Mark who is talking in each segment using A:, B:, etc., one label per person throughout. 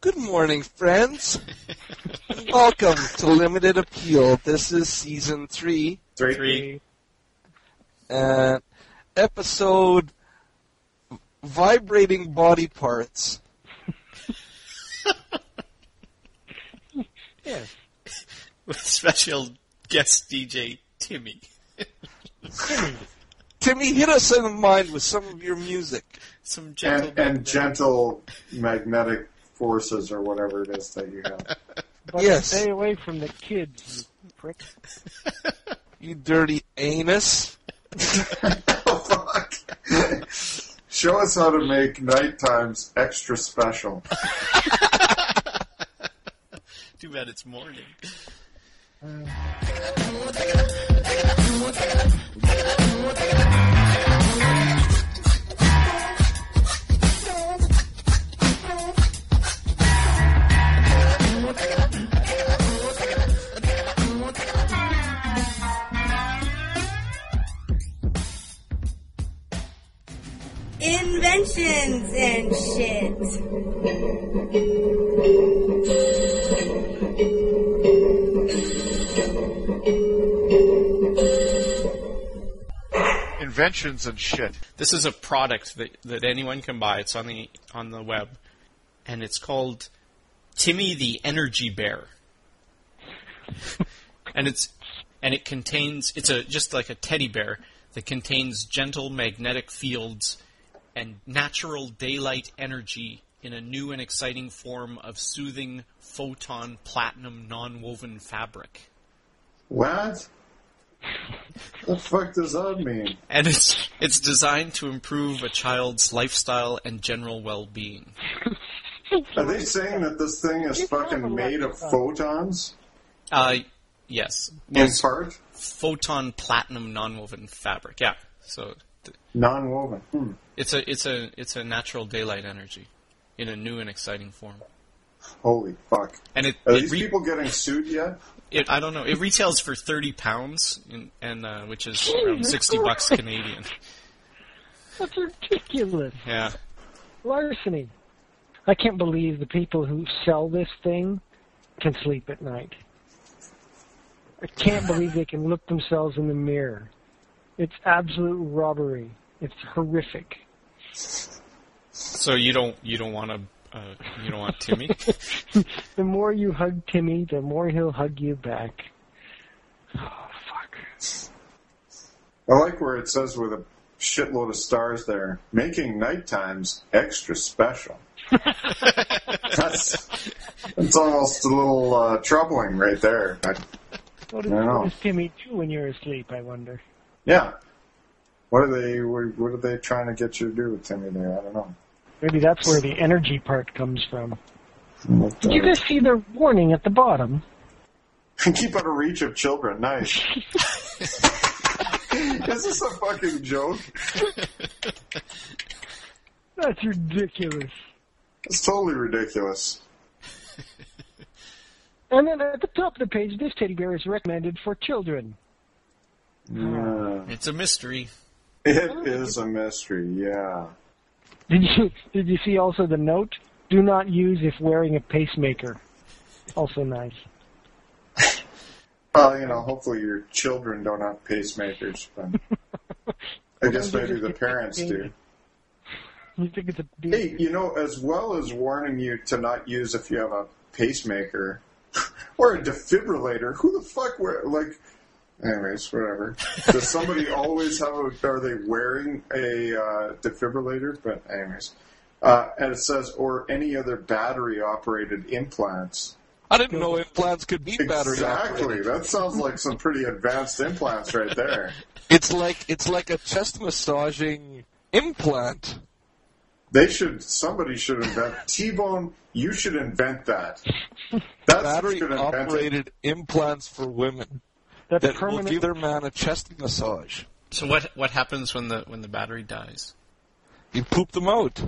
A: Good morning, friends. Welcome to Limited Appeal. This is season three,
B: Three.
C: Three.
A: uh, episode Vibrating Body Parts.
B: with special guest DJ Timmy.
A: Timmy, hit us in the mind with some of your music.
B: Some
D: and,
B: gentleman.
D: and gentle magnetic forces or whatever it is that you have.
C: But
A: Yes.
C: stay away from the kids, you prick.
A: You dirty anus.
D: Fuck. Show us how to make night times extra special.
B: Too bad it's morning.
E: inventions and shit.
F: inventions and shit.
B: This is a product that, that anyone can buy. It's on the on the web, and it's called Timmy the Energy Bear. and it's and it contains it's a just like a teddy bear that contains gentle magnetic fields and natural daylight energy in a new and exciting form of soothing photon platinum non-woven fabric.
D: What? The fuck does that mean?
B: and it's it's designed to improve a child's lifestyle and general well-being.
D: Are they saying that this thing is fucking made of photons?
B: Uh, yes,
D: In part?
B: photon platinum nonwoven fabric. Yeah, so th-
D: Non woven. Hmm.
B: it's a it's a it's a natural daylight energy in a new and exciting form,
D: Holy fuck.
B: and it,
D: Are
B: it,
D: these
B: re-
D: people getting sued yet?
B: it I don't know it retails for thirty pounds in, and uh, which is around sixty bucks Canadian.
C: That's ridiculous.
B: Yeah,
C: Larceny. I can't believe the people who sell this thing can sleep at night. I can't believe they can look themselves in the mirror. It's absolute robbery. It's horrific.
B: so you don't you don't want to uh, you don't want Timmy.
C: The more you hug Timmy, the more he'll hug you back. Oh, fuck.
D: I like where it says with a shitload of stars there, making night times extra special. that's, that's almost a little uh, troubling right there. I,
C: What, is,
D: I know.
C: what does Timmy do when you're asleep, I wonder?
D: yeah. What are they? What what are they trying to get you to do with Timmy there? I don't know.
C: Maybe that's where the energy part comes from.
D: But,
C: Did you
D: uh,
C: guys see their warning at the bottom?
D: keep out of reach of children. Nice. Is this a fucking joke?
C: That's ridiculous.
D: It's totally ridiculous.
C: And then at the top of the page, this teddy bear is recommended for children.
D: Yeah.
B: It's a mystery.
D: It is a mystery. Yeah.
C: Did you did you see also the note? Do not use if wearing a pacemaker. Also nice.
D: Well, you know, hopefully your children don't have pacemakers, but I guess maybe the parents do.
C: You think it's a big
D: Hey, you know, as well as warning you to not use if you have a pacemaker or a defibrillator, who the fuck wear like? Anyways, whatever. Does somebody always have? A, are they wearing a uh, defibrillator? But anyways, uh, and it says or any other battery-operated implants.
A: I didn't know implants could be battery
D: Exactly.
A: operated.
D: That sounds like some pretty advanced implants right there.
A: It's like it's like a chest massaging implant.
D: They should. Somebody should invent T-bone. You should invent that. That's
A: Battery
D: should invent it.
A: operated implants for women
C: that's
A: that will
C: permanent
A: give their man a chest massage.
B: So what what happens when the when the battery dies?
A: You poop them out.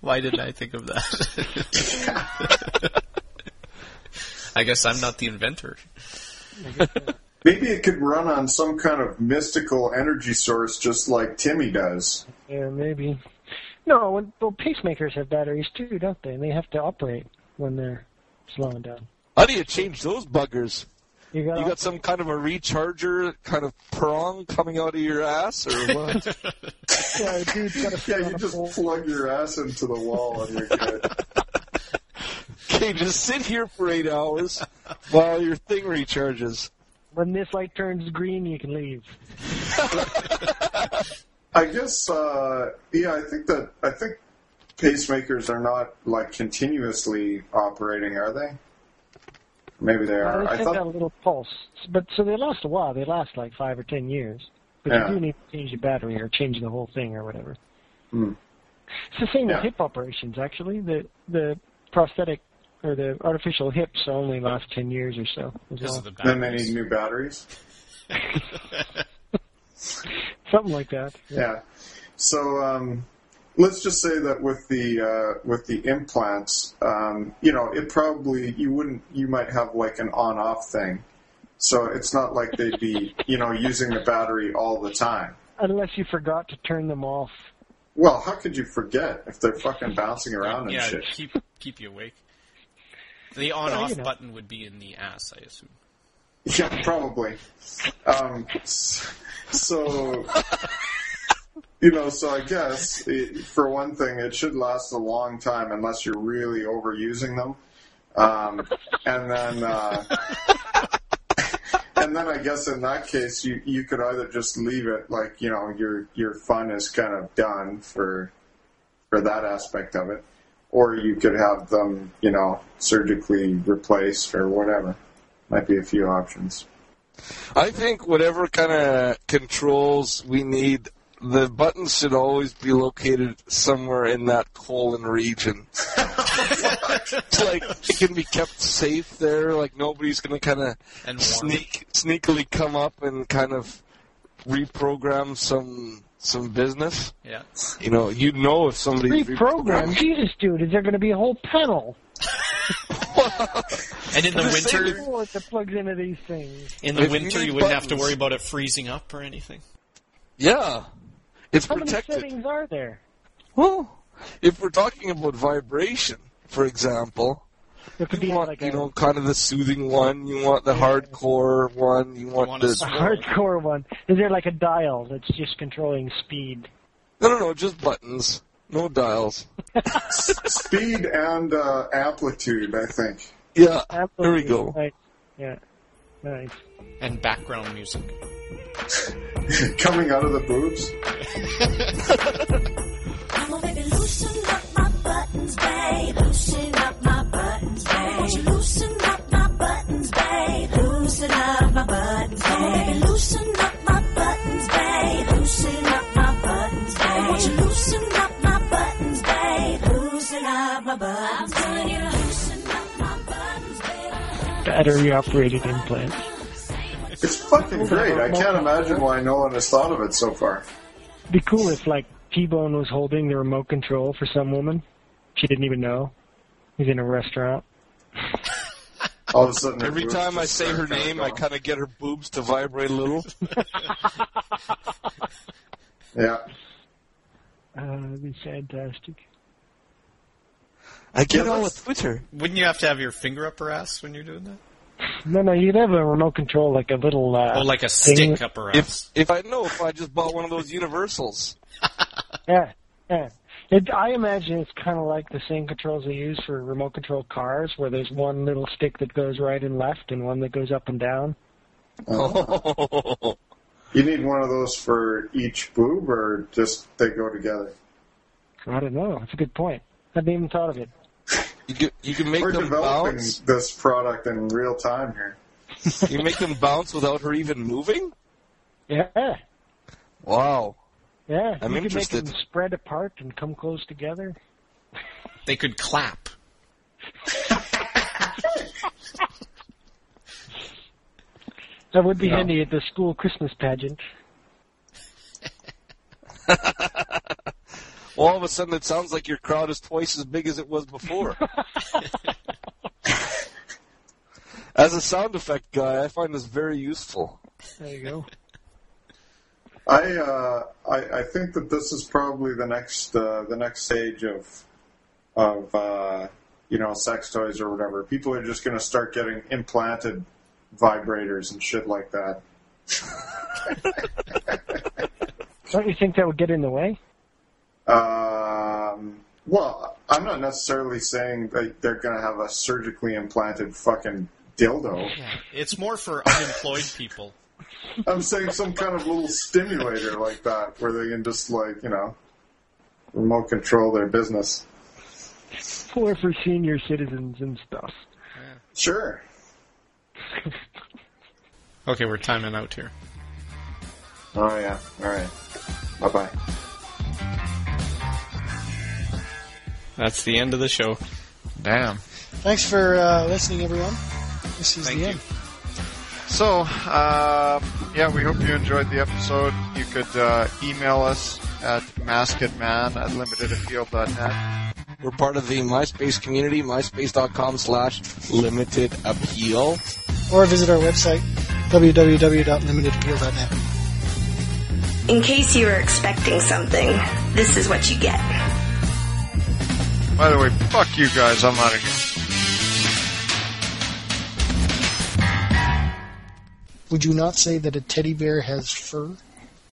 B: Why did I think of that? I guess I'm not the inventor.
D: Maybe it could run on some kind of mystical energy source, just like Timmy does.
C: Yeah, maybe. No, when, well, pacemakers have batteries too, don't they? And they have to operate when they're slowing down.
A: How do you change those buggers?
C: You got,
A: You got some kind of a recharger kind of prong coming out of your ass or what?
C: yeah, dude's got to sit
D: Yeah,
C: on
D: you
C: a
D: just
C: pole.
D: plug your ass into the wall and you're good.
A: okay, just sit here for eight hours while your thing recharges.
C: When this light turns green, you can leave.
D: I guess, uh, yeah, I think that I think pacemakers are not like continuously operating, are they? Maybe they
C: Well,
D: are.
C: they
D: I
C: send out a
D: thought,
C: little pulse, but so they last a while. They last like five or ten years, but
D: Yeah.
C: you do need to change your battery or change the whole thing or whatever.
D: Hmm.
C: It's the same
D: Yeah.
C: with hip operations, actually. The the prosthetic or the artificial hips only last ten years or so. As
B: Because
C: well.
B: of the
D: then they
B: batteries.
D: need new batteries.
C: Something like that.
D: Yeah. So um, let's just say that with the uh, with the implants, um, you know, it probably you wouldn't you might have like an on off thing. So it's not like they'd be you know using the battery all the time.
C: Unless you forgot to turn them off.
D: Well, how could you forget if they're fucking bouncing around and
B: yeah,
D: shit?
B: keep keep you awake. The on-off
C: you know.
B: button would be in the ass, I assume.
D: Yeah, probably. Um, s- so, you know, so I guess it, for one thing, it should last a long time unless you're really overusing them, um, and then. Uh, And then I guess in that case you, you could either just leave it like you know your your fun is kind of done for for that aspect of it, or you could have them you know surgically replaced or whatever. Might be a few options.
A: I think whatever kind of controls we need, the buttons should always be located somewhere in that colon region. it's like it can be kept safe there. Like nobody's gonna kind of
B: And warm.
A: sneak sneakily come up and kind of reprogram some some business.
B: Yeah.
A: You know, you know if somebody
C: Reprogram? Jesus, dude, is there going to be a whole panel?
B: And in the
A: The same-
B: winter,
C: Oh, that plugs into these things.
B: in the
A: If you
B: winter,
A: need
B: you wouldn't have to
A: buttons.
B: worry about it freezing up or anything.
A: Yeah, it's
C: How
A: protected.
C: many settings are there?
A: Well, if we're talking about vibration, for example,
C: There could
A: you
C: be
A: want
C: like
A: you
C: a,
A: know kind of the soothing one. You want the hardcore one. You want,
B: want a
C: a
A: the
B: sm-
C: hardcore one. Is there like a dial that's just controlling speed?
A: no, no, no, just buttons, no dials.
D: Speed and uh, amplitude, I think.
A: Yeah, there we
C: Absolutely.
A: go.
C: Right. Yeah. Nice.
B: And background music.
D: Coming out of the boobs.
E: Come on, baby, loosen up my buttons, babe. Loosen up my buttons, babe. Won't you loosen up my buttons, babe? Loosen up my buttons, babe. Come on, baby, loosen up my buttons, babe. Loosen up my buttons, babe. Won't you loosen up my buttons, babe? Loosen up my buttons, babe. I'm telling you, loosen up my buttons, babe.
C: Battery operated implant.
D: It's fucking great. I can't imagine why no one has thought of it so far.
C: Be cool if like T-Bone was holding the remote control for some woman. She didn't even know. He's in a restaurant.
D: All of a sudden, her
A: Every
D: boobs
A: time I
D: just
A: say her
D: start kinda
A: name, I
D: going.
A: kind of get her boobs to vibrate a little.
D: yeah.
C: Uh, that'd be fantastic.
A: I get
D: Yeah,
A: all
D: that's-
A: with Twitter.
B: Wouldn't you have to have your finger up her ass when you're doing that?
C: No, no, you'd have a remote control like a little. Uh,
B: Oh, like a
C: thing
B: stick
C: with-
B: up her
A: If
B: ass.
A: if I know if I just bought one of those universals.
C: Yeah, yeah. It, I imagine it's kind of like the same controls they use for remote control cars, where there's one little stick that goes right and left, and one that goes up and down.
A: Oh.
D: You need one of those for each boob, or just they go together?
C: I don't know. That's a good point. I hadn't even thought of it.
A: You can, you can make
D: We're
A: them
D: developing
A: bounce.
D: this product in real time here.
A: You make them bounce without her even moving.
C: Yeah,
A: Wow.
C: yeah.
A: I'm
C: you Can
A: interested.
C: make them spread apart and come close together.
B: They could clap.
C: That would be
D: Yeah.
C: handy at the school Christmas pageant.
A: All of a sudden, it sounds like your crowd is twice as big as it was before. as a sound effect guy, I find this very useful.
C: There you go.
D: I, uh, I I think that this is probably the next uh, the next stage of of uh, you know sex toys or whatever. People are just going to start getting implanted vibrators and shit like that.
C: Don't you think that would get in the way?
D: Um, well, I'm not necessarily saying that they're going to have a surgically implanted fucking dildo.
B: It's more for unemployed people.
D: I'm saying some kind of little stimulator like that where they can just like you know remote control their business.
C: Or for senior citizens and stuff.
D: Sure.
B: Okay, we're timing out here.
D: Oh yeah. All right. Bye bye.
B: That's the end of the show.
F: Damn.
G: Thanks for uh, listening, everyone. This is
B: Thank
G: the
B: you.
G: end.
F: So, um, yeah, we hope you enjoyed the episode. You could uh, email us at maskedman at limitedappeal.net.
A: We're part of the MySpace community, myspace.com slash limited appeal.
G: Or visit our website, www.limitedappeal.net.
H: In case you were expecting something, this is what you get.
F: By the way, fuck you guys. I'm out of here.
G: Would you not say that a teddy bear has fur?